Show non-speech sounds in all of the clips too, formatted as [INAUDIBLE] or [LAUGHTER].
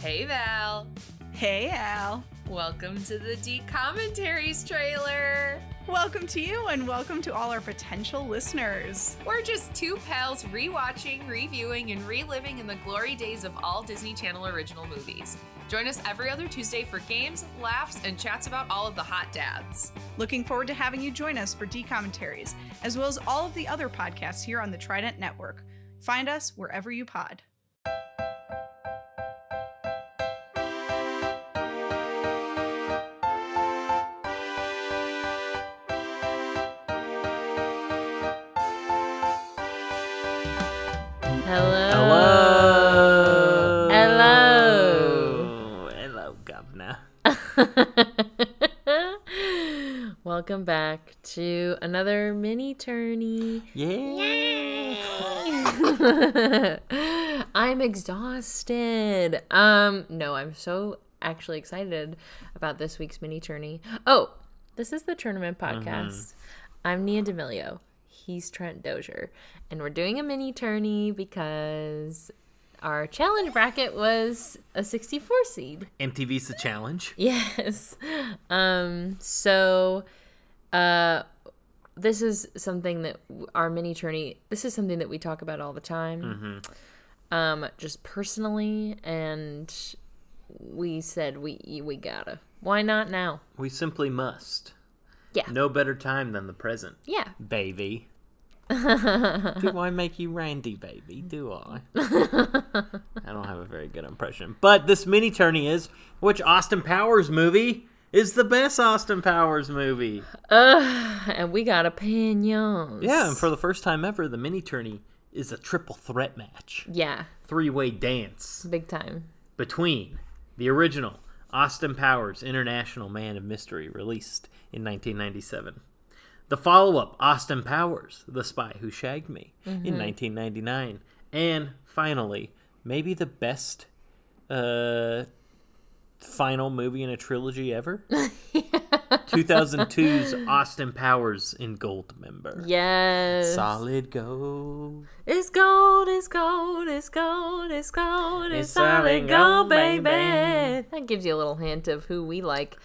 Hey Val, Hey, Al. welcome to the D Commentaries trailer. Welcome to you and welcome to all our potential listeners. We're just two pals rewatching, reviewing, and reliving in the glory days of all Disney Channel original movies. Join us every other Tuesday for games, laughs, and chats about all of the hot dads. Looking forward to having you join us for D commentaries, as well as all of the other podcasts here on the Trident Network. Find us wherever you pod. Hello. Hello. Hello. Hello, governor. Welcome back to another mini tourney. Yeah. [LAUGHS] I'm exhausted. Um, no, I'm so actually excited about this week's mini tourney. Oh, this is the tournament podcast. I'm Nia D'Amelio. He's Trent Dozier, and we're doing a mini tourney because our challenge bracket was a 64 seed. MTV's the challenge. Yes. Um, so uh, this is something that w- our mini tourney, this is something that we talk about all the time. Um, just personally, and we said we we gotta. Why not now? We simply must. Yeah. No better time than the present, Yeah. [LAUGHS] baby. do I make you Randy, baby? Do I? I don't have a very good impression. But this mini tourney is which Austin Powers movie is the best Austin Powers movie? And we got opinions. Yeah, and for the first time ever, the mini tourney is a triple threat match, Yeah, three way dance. big time. between the original Austin Powers International Man of Mystery released in 1997, the follow up Austin Powers The Spy Who Shagged Me in 1999, and finally, maybe the best uh, final movie in a trilogy ever 2002's Austin Powers in Goldmember. Yes. Solid gold. It's gold, it's gold, it's gold, it's gold, it's It's solid solid gold, gold, baby. baby. That gives you a little hint of who we like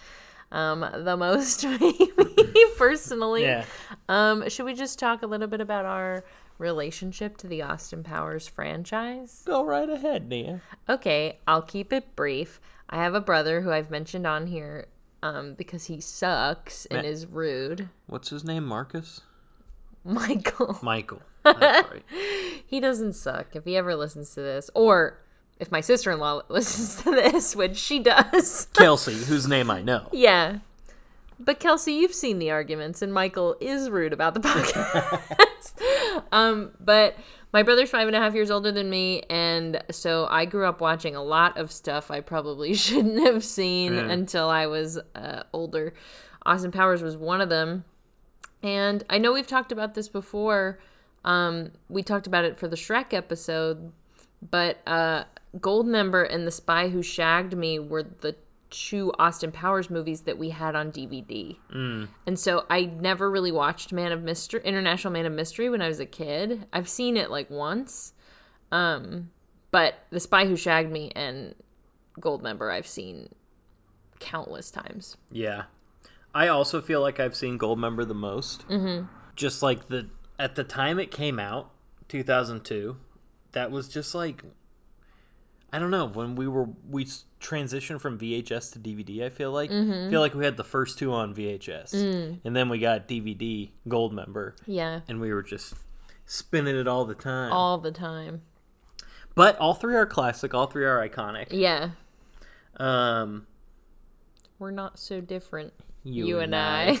um, the most, [LAUGHS] maybe personally. Yeah. Um, should we just talk a little bit about our relationship to the Austin Powers franchise? Go right ahead, Nia. Okay, I'll keep it brief. I have a brother who I've mentioned on here um, because he sucks and Ma- is rude. [LAUGHS] What's his name, Marcus? Michael. Michael. I'm [LAUGHS] sorry. he doesn't suck if he ever listens to this or if my sister-in-law [LAUGHS] listens to this which she does Kelsey, whose name I know. yeah but kelsey you've seen the arguments and michael is rude about the [LAUGHS] podcast um but my brother's five and a half years older than me and so i grew up watching a lot of stuff i probably [LAUGHS] shouldn't have seen until i was uh, older austin powers was one of them and I know we've talked about this before. Um, we talked about it for the Shrek episode, but uh, Goldmember and The Spy Who Shagged Me were the two Austin Powers movies that we had on DVD. And so I never really watched Man of Mystery, International Man of Mystery, when I was a kid. I've seen it like once, um, but The Spy Who Shagged Me and Goldmember I've seen countless times. Yeah. I also feel like I've seen Goldmember the most. Mm-hmm. Just like the at the time it came out, 2002, that was just like I don't know, when we were we s- transitioned from VHS to DVD, I feel like Mm-hmm. I feel like we had the first two on VHS Mm. and then we got DVD Goldmember Yeah, and we were just spinning it all the time. all the time. but all three are classic, all three are iconic. Yeah. Um We're not so different. You You, and and I.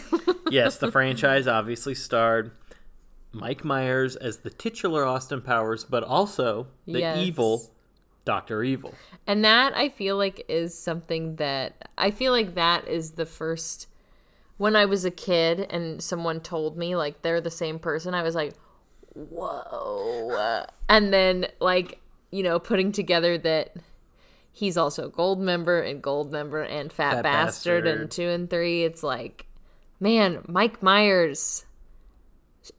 yes, the franchise obviously starred Mike Myers as the titular Austin Powers, but also the Yes. evil Dr. Evil. and that I feel like is something that I feel like that is the first when I was a kid and someone told me like they're the same person, I was like, "Whoa." And then like, you know, putting together that he's also a gold member and gold member and fat, Fat bastard, and Bastard. 2 and 3, it's like, man, Mike Myers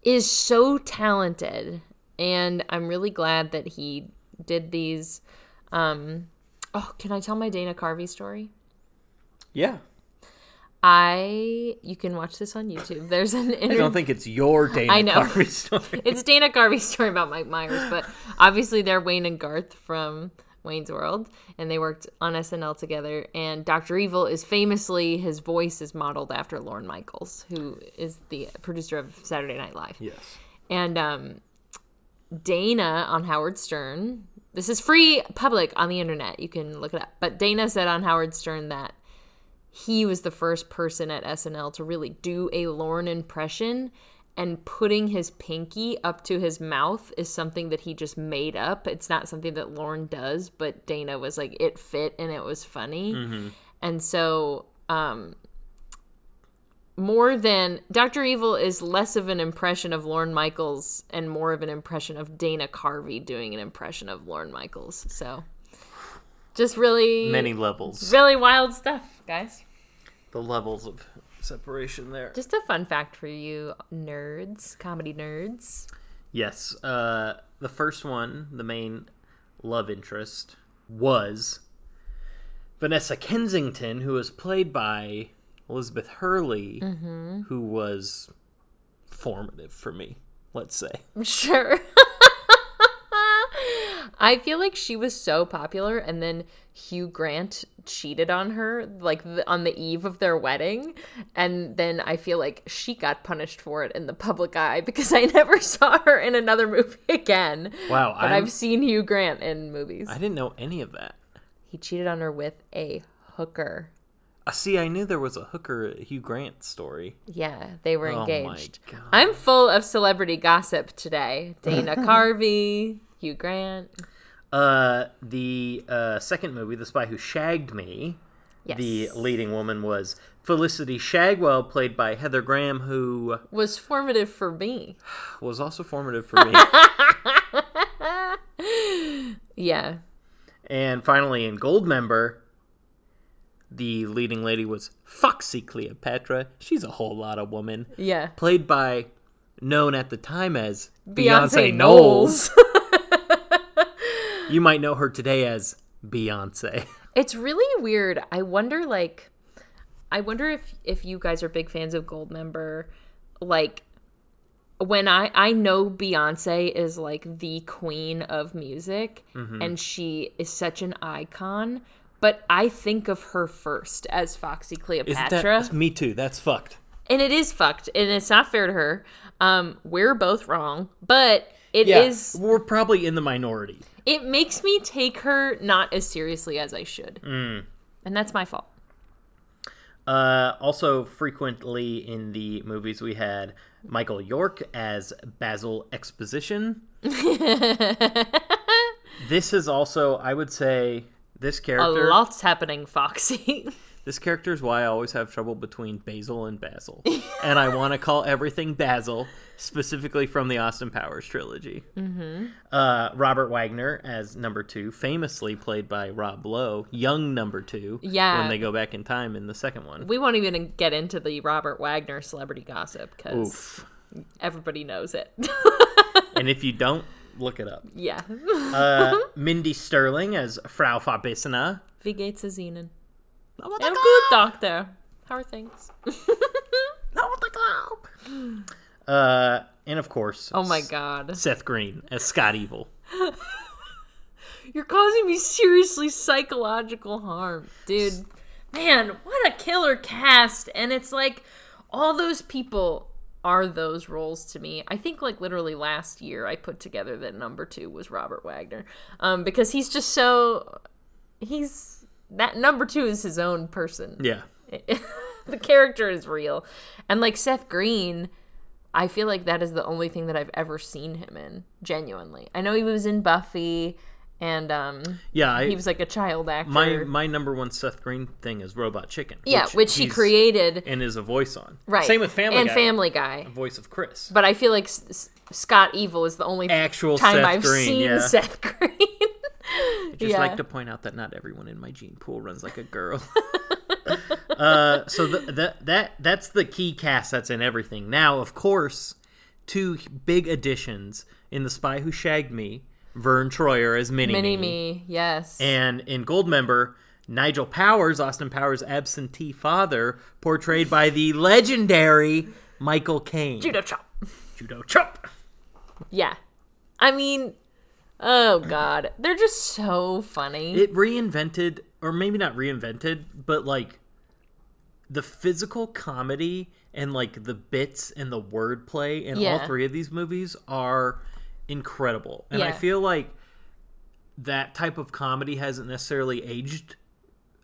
is so talented and i'm really glad that he did these um Oh, can I tell my Dana Carvey story? Yeah. I you can watch this on YouTube. There's an I interview. don't think it's your Dana I know. Carvey [LAUGHS] story. it's Dana Carvey's story about Mike Myers, but obviously they're Wayne and Garth from Wayne's World, and they worked on SNL together. And Dr. Evil is famously his voice is modeled after Lorne Michaels, who is the producer of Saturday Night Live. yes. And um, Dana on Howard Stern, this is free public on the internet. You can look it up. But Dana said on Howard Stern that he was the first person at SNL to really do a Lorne impression. And putting his pinky up to his mouth is something that he just made up. It's not something that Lorne does, but Dana was like, it fit and it was funny. And so um, more than Dr. Evil is less of an impression of Lorne Michaels and more of an impression of Dana Carvey doing an impression of Lorne Michaels. So just really Many levels. really wild stuff, guys. The levels of separation there. Just a fun fact for you nerds, comedy nerds. [LAUGHS] Yes. Uh, the first one, the main love interest, was Vanessa Kensington, who was played by Elizabeth Hurley, Mm-hmm. who was formative for me, let's [LAUGHS] say. Sure. I feel like she was so popular, and then Hugh Grant cheated on her, like the, on the eve of their wedding. And then I feel like she got punished for it in the public eye because I [LAUGHS] never saw her in another movie [LAUGHS] again. Wow. But I'm, I've seen Hugh Grant in movies. I didn't know any of that. He cheated on her with a hooker. Uh, see, I knew there was a hooker uh, Hugh Grant story. Yeah, they were Oh my engaged. God. I'm full of celebrity gossip today. Dana Carvey, Hugh Grant. Uh, the uh, second movie, The Spy Who Shagged Me, Yes. the leading woman was Felicity Shagwell, played by Heather Graham, who was formative for me. was also formative for [LAUGHS] me. Yeah. and finally, in Goldmember, the leading lady was Foxy Cleopatra. She's a whole lot of woman, Yeah. played by known at the time as Beyonce Beyonce, Knowles. [LAUGHS] you might know her today as Beyonce. It's really weird. I wonder like I wonder if if you guys are big fans of Goldmember like when I I know Beyonce is like the queen of music Mm-hmm. and she is such an icon, but I think of her first as Foxy Is Cleopatra. that me too? That's fucked. and it is fucked and it's not fair to her. Um we're both wrong, but it is. Yeah, we're probably in the minority. it makes me take her not as seriously as I should. Mm. And that's my fault. Uh, also, frequently in the movies, we had Michael York as Basil [LAUGHS] Exposition. this is also, I would say, this A character. lot's happening, Foxy. [LAUGHS] This character is why I always have trouble between Basil and Basil, [LAUGHS] and I want to call everything Basil, specifically from the Austin Powers trilogy. Mm-hmm. Uh, Robert Wagner as number two, famously played by Rob Lowe, young number two. Yeah. when they go back in time in the second one. we won't even get into the Robert Wagner celebrity gossip because Oof. everybody knows [LAUGHS] it. [LAUGHS] and if you don't, look it up. yeah. [LAUGHS] Uh, Mindy Sterling as Frau Fabissina. Wie geht's Ihnen? Not I'm good, doctor. How are things? the Uh, and of course, Oh my god. Seth Green as Scott Evil. You're causing me seriously psychological harm, dude. Man, what a killer cast. And it's like all those people are those roles to me. I think like literally last year I put together that number 2 was Robert Wagner. Um because he's just so he's that number 2 is his own person. Yeah. the character is real. And like Seth Green, I feel like that is the only thing that I've ever seen him in, genuinely. I know he was in Buffy and um Yeah, I, he was like a child actor. my my number one Seth Green thing is Robot Chicken. yeah, which, he he's- created. and is a voice on. Right. Same with Family and Guy. Family Guy. Voice of Chris. But I feel like S- S- Scott Evil is the only Actual time Seth I've Green. seen yeah. [LAUGHS] Seth Green. Just yeah. like to point out that not everyone in my gene pool runs like a [LAUGHS] girl. [LAUGHS] uh, so the, the, that that's the key cast that's in everything. Now, of course, two big additions in The Spy Who Shagged Me. Vern Troyer as Mini Mini Me, yes. And in Goldmember, Nigel Powers, Austin Powers' absentee father, portrayed by the legendary Michael Caine. Judo chop. Judo Chop. Yeah. I mean, [CLEARS THROAT] oh god, they're just so funny. It reinvented, or maybe not reinvented, but like the physical comedy and like the bits and the wordplay in all Yeah. three of these movies are incredible. And I Yeah. feel like that type of comedy hasn't necessarily aged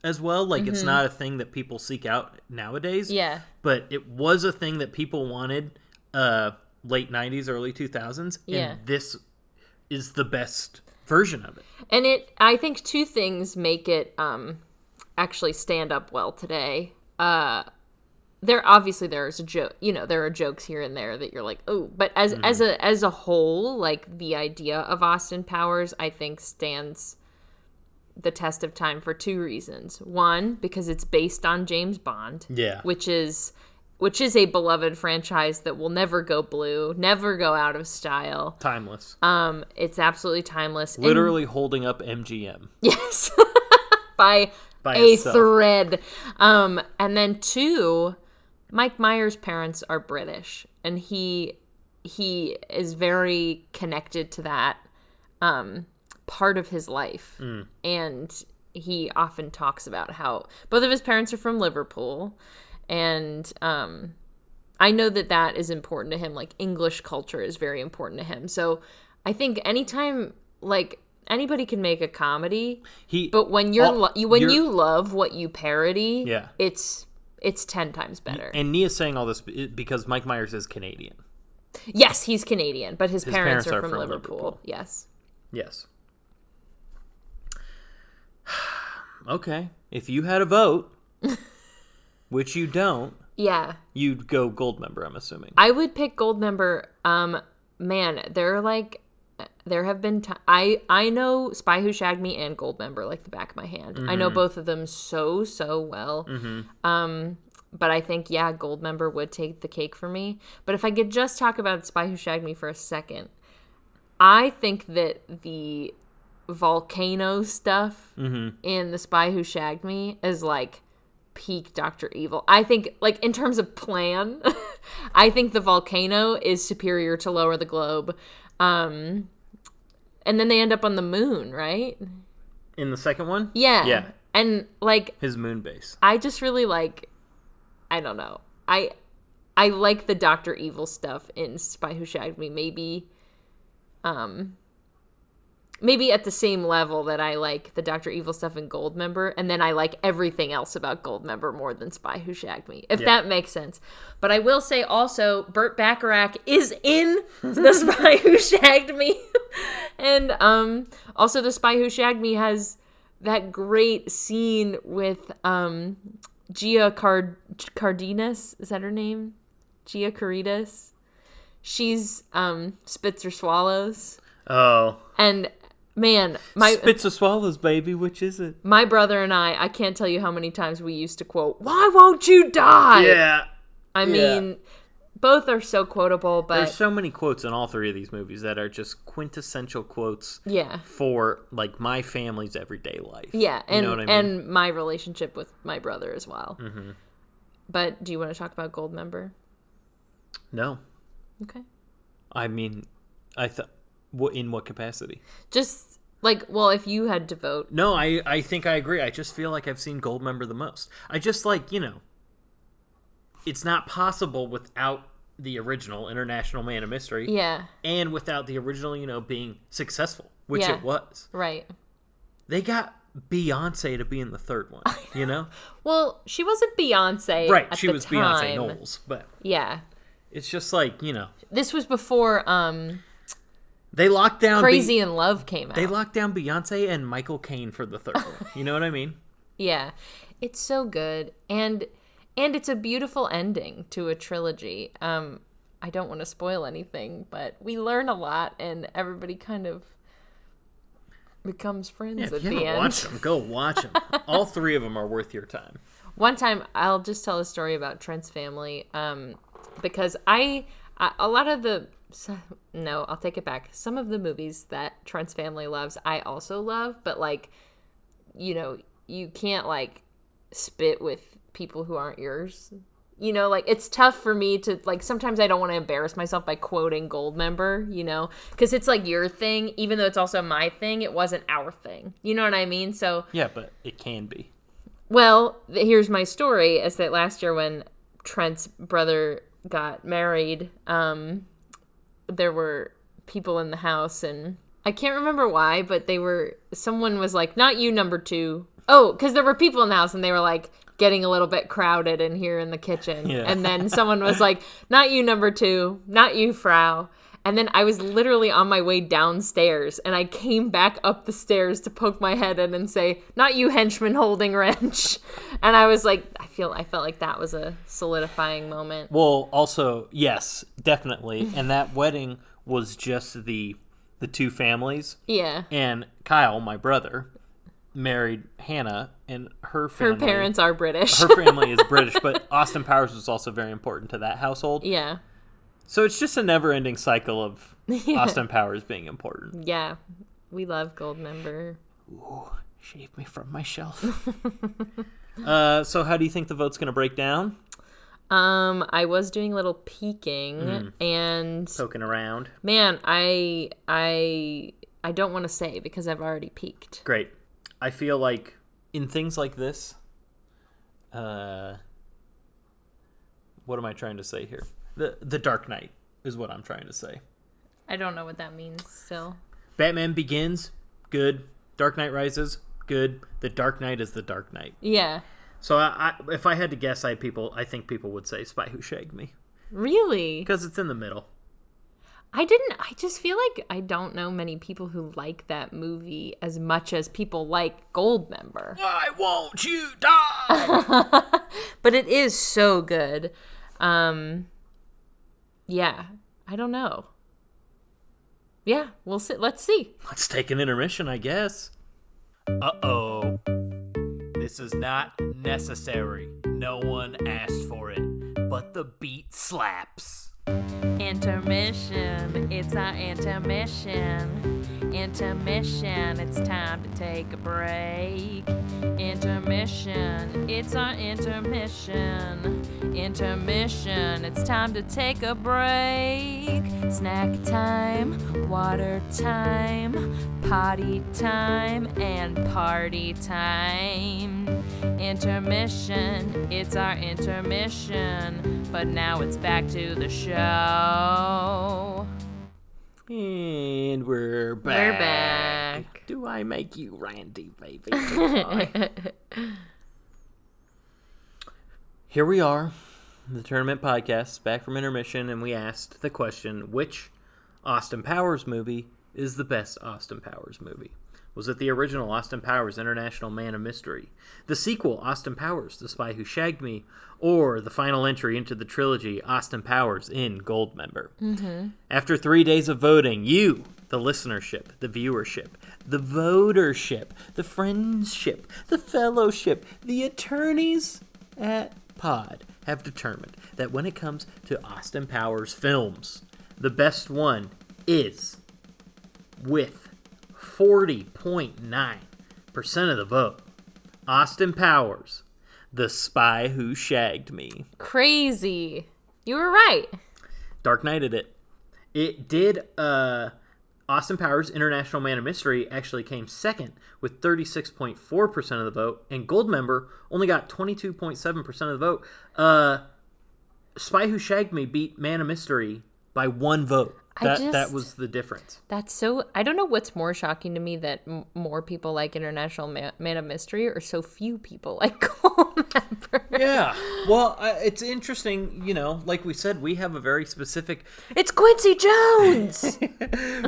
as well. Like it's not a thing that people seek out nowadays. Mm-hmm. Yeah. But it was a thing that people wanted uh late 90s early 2000s Yeah. and this is the best version of it. And it I think two things make it um actually stand up well today. Uh there obviously there's a joke, you know, there are jokes here and there that you're like, "Oh, but as Mm-hmm. as a as a whole, like the idea of Austin Powers I think stands the test of time for two reasons. One, because it's based on James Bond. Yeah. Which is which is a beloved franchise that will never go blue, never go out of style. Timeless. Um, it's absolutely timeless. and- Literally holding up MGM. Yes. [LAUGHS] By, By a itself. thread. Um, and then two, Mike Myers' parents are British, and he he is very connected to that um, part of his life, Mm. and he often talks about how both of his parents are from Liverpool, and um, I know that that is important to him. Like English culture is very important to him. So I think anytime like anybody can make a comedy, He but when you're all- lo- you, when you're- you love what you parody, Yeah. it's it's ten times better. And Nia's saying all this be- because Mike Myers is Canadian. yes, he's Canadian, but his, parents, are, from, Liverpool. Liverpool. Yes, Yes. [SIGHS] okay. If you had a [LAUGHS] vote, which you don't, yeah. you'd go gold member, I'm assuming. I would pick Goldmember. Um, man, there are like, there have been. T- I I know Spy Who Shagged Me and Goldmember like the back of my hand. I know both of them so so well. Um, but I think yeah, Goldmember would take the cake for me. But if I could just talk about Spy Who Shagged Me for a second, I think that the volcano stuff in The Spy Who Shagged Me is like peak Dr. Evil. I think, like, in terms of plan, [LAUGHS] I think the volcano is superior to Lower the Globe. Um, and then they end up on the moon, right? In the second one? Yeah. Yeah. And, like, His moon base. I just really like, I don't know. I. I like the Doctor Evil stuff in Spy Who Shagged Me. Maybe, um, maybe at the same level that I like the Doctor Evil stuff in Goldmember, and then I like everything else about Goldmember more than Spy Who Shagged Me, if that makes sense. But I will say also, Burt Bacharach is in the [LAUGHS] Spy Who Shagged Me, [LAUGHS] and um, also the Spy Who Shagged Me has that great scene with um, Gia Card- Cardenas. Is that her name? Gia Caritas. She's um, Spitzer Swallows. Oh. And man, my Spits or swallows, baby. Which is it? my brother and I, I can't tell you how many times we used to quote, "Why won't you die?" Yeah. I yeah. mean, both are so quotable, but There's so many quotes in all three of these movies that are just quintessential quotes yeah. for like my family's everyday life. Yeah, you and know what I mean? Mm-hmm. and my relationship with my brother as well. But do you want to talk about Goldmember? no, Okay. I mean, I thought, what in what capacity? Just like, well, if you had to vote, No, I I think I agree. I just feel like I've seen Goldmember the most. I just like you know, it's not possible without the original International Man of Mystery, yeah, and without the original you know being successful, which Yeah. it was. right. They got Beyonce to be in the third one, you know, Well, she wasn't Beyonce, right? [LAUGHS] at She the was Beyonce time. Knowles, but Yeah, it's just like you know this was before um they locked down Um, Be- Crazy in Love came out. they locked down Beyonce and Michael Caine for the third one. You know what I [LAUGHS] mean? Yeah. It's so good and and it's a beautiful ending to a trilogy. Um I don't want to spoil anything, but we learn a lot and everybody kind of becomes friends Yeah, at if you the haven't end. watched them, go watch [LAUGHS] them. All three of them are worth your time. One time I'll just tell a story about Trent's family um because I, I a lot of the so, no, I'll take it back. Some of the movies that Trent's family loves, I also love, but like, you know, you can't like spit with people who aren't yours. You know, like it's tough for me to like. Sometimes I don't want to embarrass myself by quoting Goldmember. You know, because it's like your thing, even though it's also my thing. It wasn't our thing. You know what I mean? So Yeah, but it can be. well, th- here's my story is that last year when Trent's brother got married, um, there were people in the house, and I can't remember why, but they were, someone was like, not you, number two. Oh, because there were people in the house, and they were like, getting a little bit crowded in here in the kitchen. Yeah. And then someone was like, not you, number two, not you, Frau. And then I was literally on my way downstairs and I came back up the stairs to poke my head in and say, Not you henchman holding wrench. [LAUGHS] And I was like, I feel I felt like that was a solidifying moment. Well, also, yes, [LAUGHS] definitely. and that wedding was just the the two families Yeah. and Kyle, my brother, married Hannah and her Her family. parents are British. her family is British, [LAUGHS] but Austin Powers was also very important to that household. yeah. So it's just a never-ending cycle [LAUGHS] of Austin Powers being important. Yeah. We love Goldmember. Shave me from my shelf. uh, so how do you think the vote's going to break down? Um, I was doing a little peeking and Poking around. man, I I I don't want to say because I've already peeked. Great. I feel like in things like this, uh, what am I trying to say here? The the Dark Knight is what I'm trying to say. I don't know what that means still. Batman Begins, good. Dark Knight Rises, good. The Dark Knight is the Dark Knight. Yeah. So I, I if I had to guess, I people I think people would say Spy Who Shagged Me Really? because it's in the middle. I didn't I just feel like I don't know many people who like that movie as much as people like Goldmember. Why won't you die? But it is so good. Um Yeah. I don't know. Yeah, we'll see. Let's see. Let's take an intermission, I guess. Uh oh. This is not necessary. No one asked for it, but the beat slaps. Intermission. It's our intermission. Intermission. It's time to take a break. Intermission. It's our intermission. Intermission. It's time to take a break. Snack time, water time, potty time, and party time. Intermission, it's our intermission, but now it's back to the show. And we're back. We're back. [LAUGHS] Do I make you randy, baby? Do I? Here we are, the tournament podcast, back from intermission, and we asked the question which Austin Powers movie is the best Austin Powers movie? Was it the original Austin Powers International Man of Mystery, the sequel Austin Powers The Spy Who Shagged Me, or the final entry into the trilogy Austin Powers in Goldmember? After three days of voting, you, the listenership, the viewership, the votership, the friendship, the fellowship, the attorneys at Pod have determined that when it comes to Austin Powers films, the best one is with 40.9% of the vote. Austin Powers, The Spy Who Shagged Me. Crazy. You were right. Dark Knighted it. It did. Uh, Austin Powers, International Man of Mystery, actually came second with 36.4% of the vote, and Goldmember only got 22.7% of the vote. Uh, Spy Who Shagged Me beat Man of Mystery by one vote. I That, just- that was the difference. That's so. I don't know what's more shocking to me that m- more people like International Ma- Man of Mystery or so few people like [LAUGHS] Goldmember. Yeah. Well, uh, it's interesting, you know, like we said, we have a very specific It's Quincy Jones!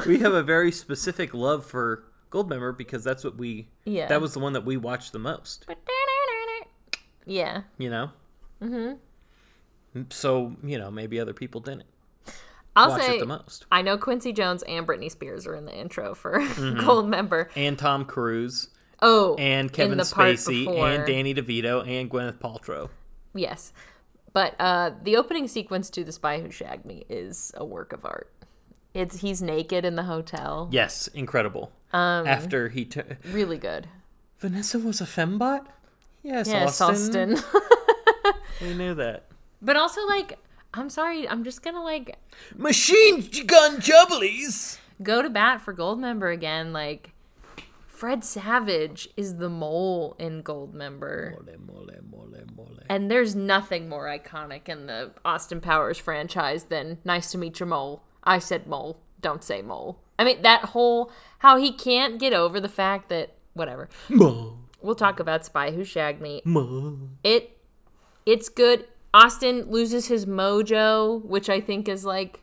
we have a very specific love for Goldmember because that's what we [LAUGHS] Yeah. that was the one that we watched the most. yeah. you know mm-hmm so you know maybe other people didn't I'll watch say. it the most I know Quincy Jones and Britney Spears are in the intro for [LAUGHS] Goldmember. and tom cruise Oh, Mm-hmm. and in kevin the part spacey before. and danny devito and gwyneth paltrow Yes. But uh, the opening sequence to The Spy Who Shagged Me is a work of art. It's he's naked in the hotel. Yes, incredible. Um, After he t- Really good. Vanessa was a fembot. Yes, Yes, Austin. Austin. We knew that. [LAUGHS] but also like I'm sorry, I'm just gonna like Machine gun jubblies. go to bat for Goldmember again. Like Fred Savage is the mole in Goldmember, Mole, mole, mole, mole. and there's nothing more iconic in the Austin Powers franchise than "Nice to meet your mole." I said mole, don't say mole. I mean that whole how he can't get over the fact that whatever. Mole, We'll talk about Spy Who Shagged Me. mole. It it's good. Austin loses his mojo, which I think is like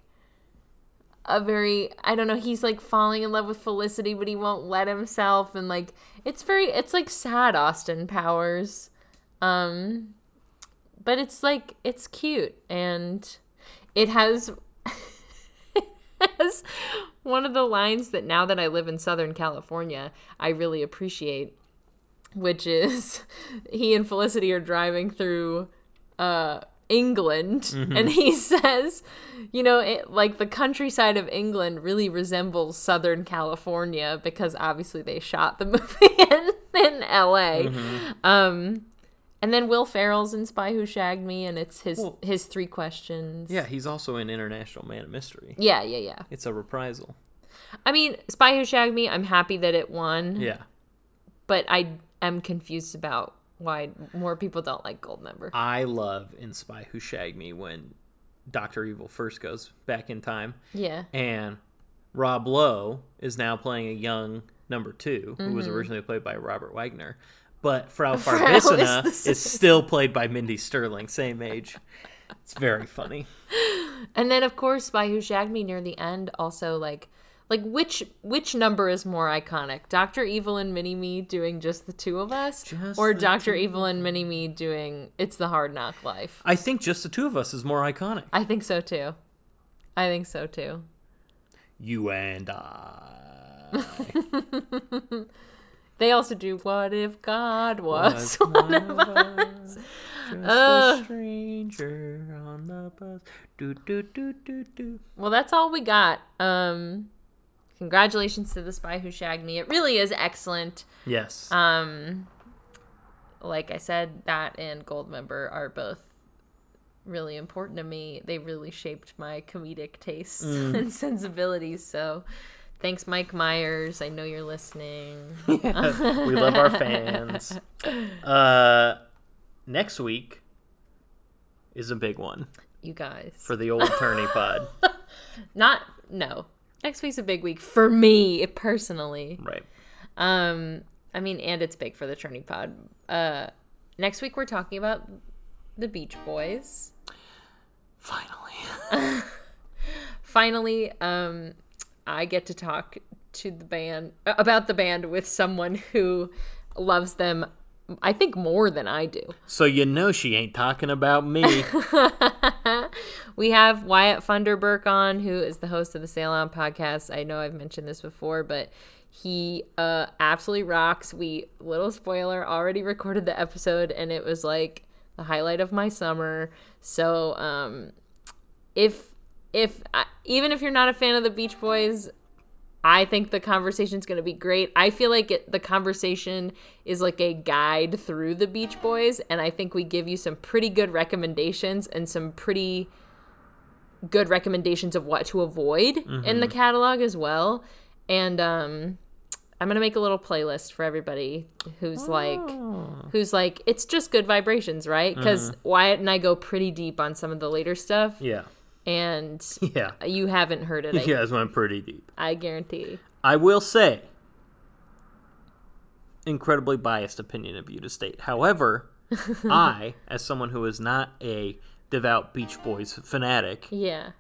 a very I don't know, he's like falling in love with Felicity, but he won't let himself and like it's very it's like sad Austin Powers. Um but it's like it's cute and it has [LAUGHS] it has one of the lines that now that I live in Southern California, I really appreciate which is [LAUGHS] he and Felicity are driving through uh, England, Mm-hmm. and he [LAUGHS] says, you know, it, like the countryside of England really resembles Southern California because obviously they shot the [LAUGHS] movie in, in L.A. Mm-hmm. Um, and then Will Ferrell's in Spy Who Shagged Me, and it's his Well- his three questions. Yeah, he's also an international man of mystery. yeah, yeah, yeah. It's a reprisal. I mean, Spy Who Shagged Me. I'm happy that it won, Yeah. but I am confused about why more people don't like Goldmember. I love in Spy Who Shagged Me when Dr. Evil first goes back in time Yeah. and Rob Lowe is now playing a young number 2 who was originally played by Robert Wagner. But Mm-hmm. [LAUGHS] Frau is Farbissina the is, still played by Mindy Sterling, same age. It's very funny. And then of course by Who Shagged Me near the end also like like which which number is more iconic? Doctor Evil and Mini Me doing just the two of us? Just or the Doctor Evil and Mini Me doing It's the Hard Knock Life. I think just the two of us is more iconic. I think so too. I think so too. You and [LAUGHS] I. They also do What If God Was was one of us. Just Ugh. a stranger on the bus. Do do do do do. Well, that's all we got. Um congratulations to the spy who shagged me. It really is excellent. Yes. Um, like I said, that and Goldmember are both really important to me. They really shaped my comedic [LAUGHS] tastes and sensibilities. So, thanks, Mike Myers. I know you're listening. we love our [LAUGHS] fans. Uh, next week is a big one You guys, for the old [LAUGHS] tourney pod. not no. Next week's a big week for me personally. Right. Um, I mean, and it's big for the Churning Pod. Uh, next week we're talking about the Beach Boys. Finally. finally um i get to talk to the band uh, about the band with someone who loves them i think more than i do So you know she ain't talking about [LAUGHS] me. we have wyatt funderburk on who is the host of the sail on podcast i know i've mentioned this before but he uh absolutely rocks we little spoiler already [LAUGHS] recorded the episode and it was like the highlight of my summer so um if if I- even if you're not a fan of the beach boys I think the conversation's going to be great. I feel like it, the conversation is like a guide through the Beach Boys, and I think we give you some pretty good recommendations and some pretty good recommendations of what to avoid in the catalog as well. And um, I'm gonna make a little playlist for everybody who's like, who's like, it's just good vibrations, right? Because Wyatt and I go pretty deep on some of the later stuff, yeah. and Yeah. you haven't heard it. I- You guys went pretty deep. I guarantee. I will say, incredibly biased opinion of you to state. [LAUGHS] However, I, as someone who is not a devout Beach Boys fanatic, Yeah.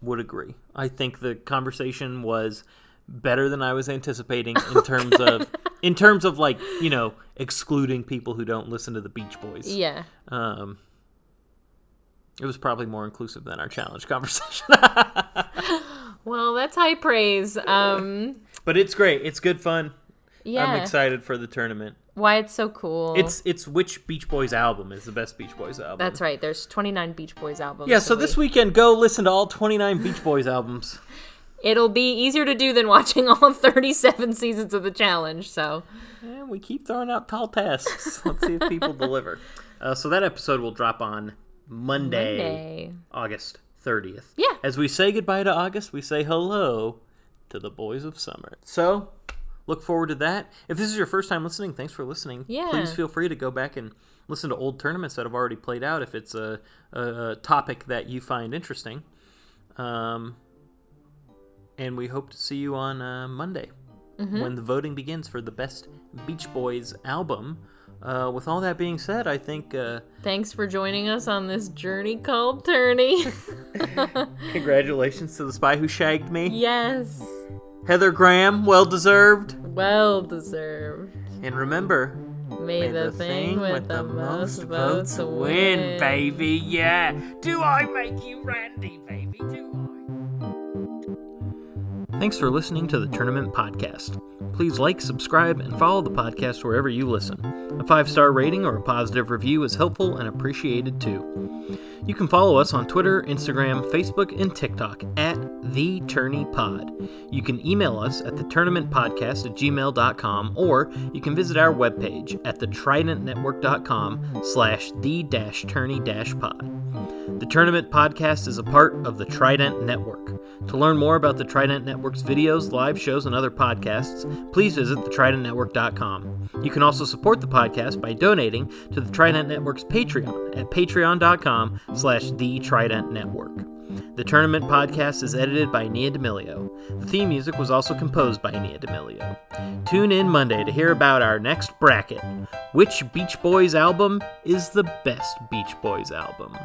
would agree. I think the conversation was better than I was anticipating in terms [LAUGHS] of in terms of like you know excluding people who don't listen to the Beach Boys. Yeah. Um, it was probably more inclusive than our challenge [LAUGHS] conversation, Well, that's high praise. Um, but it's great. It's good fun. yeah. I'm excited for the tournament. Why it's so cool. It's it's which Beach Boys album is the best Beach Boys album? that's right. There's 29 Beach Boys albums. Yeah, so this weekend, go listen to all 29 Beach Boys albums. It'll be easier to do than watching all 37 seasons of The Challenge, so. Eh, we keep throwing out tall tasks. Let's see if people deliver. Uh, so that episode will drop on Monday, Monday. August 30th. Yeah. As we say goodbye to August, we say hello to the boys of summer. So look forward to that. If this is your first time listening, thanks for listening. Yeah. Please feel free to go back and listen to old tournaments that have already played out if it's a, a, a topic that you find interesting. Um, and we hope to see you on uh, Monday Mm-hmm. when the voting begins for the best Beach Boys album. Uh, with all that being said, I think uh, Thanks for joining us on this journey called [LAUGHS] Tourney. congratulations to the spy who shagged me, yes. Heather Graham. Well deserved. Well deserved. And remember, May, the, thing, with, the, most votes win, baby. Yeah. Do I make you Randy, baby? Do I? Thanks for listening to the Tournament Podcast. Please like, subscribe, and follow the podcast wherever you listen. A five star rating or a positive review is helpful and appreciated too. You can follow us on Twitter, Instagram, Facebook, and TikTok at The Tourney Pod. You can email us at thetournamentpodcast at gmail.com or you can visit our webpage at thetridentnetwork.com slash the dash tourney dash pod. The Tournament Podcast is a part of the Trident Network. To learn more about the Trident Network's videos, live shows, and other podcasts, please visit thetridentnetwork.com. You can also support the podcast by donating to the Trident Network's Patreon at patreon.com slash the Trident Network. The Tournament Podcast is edited by Nia D'Amelio. The theme music was also composed by Nia D'Amelio. Tune in Monday to hear about our next bracket. Which Beach Boys album is the best Beach Boys album?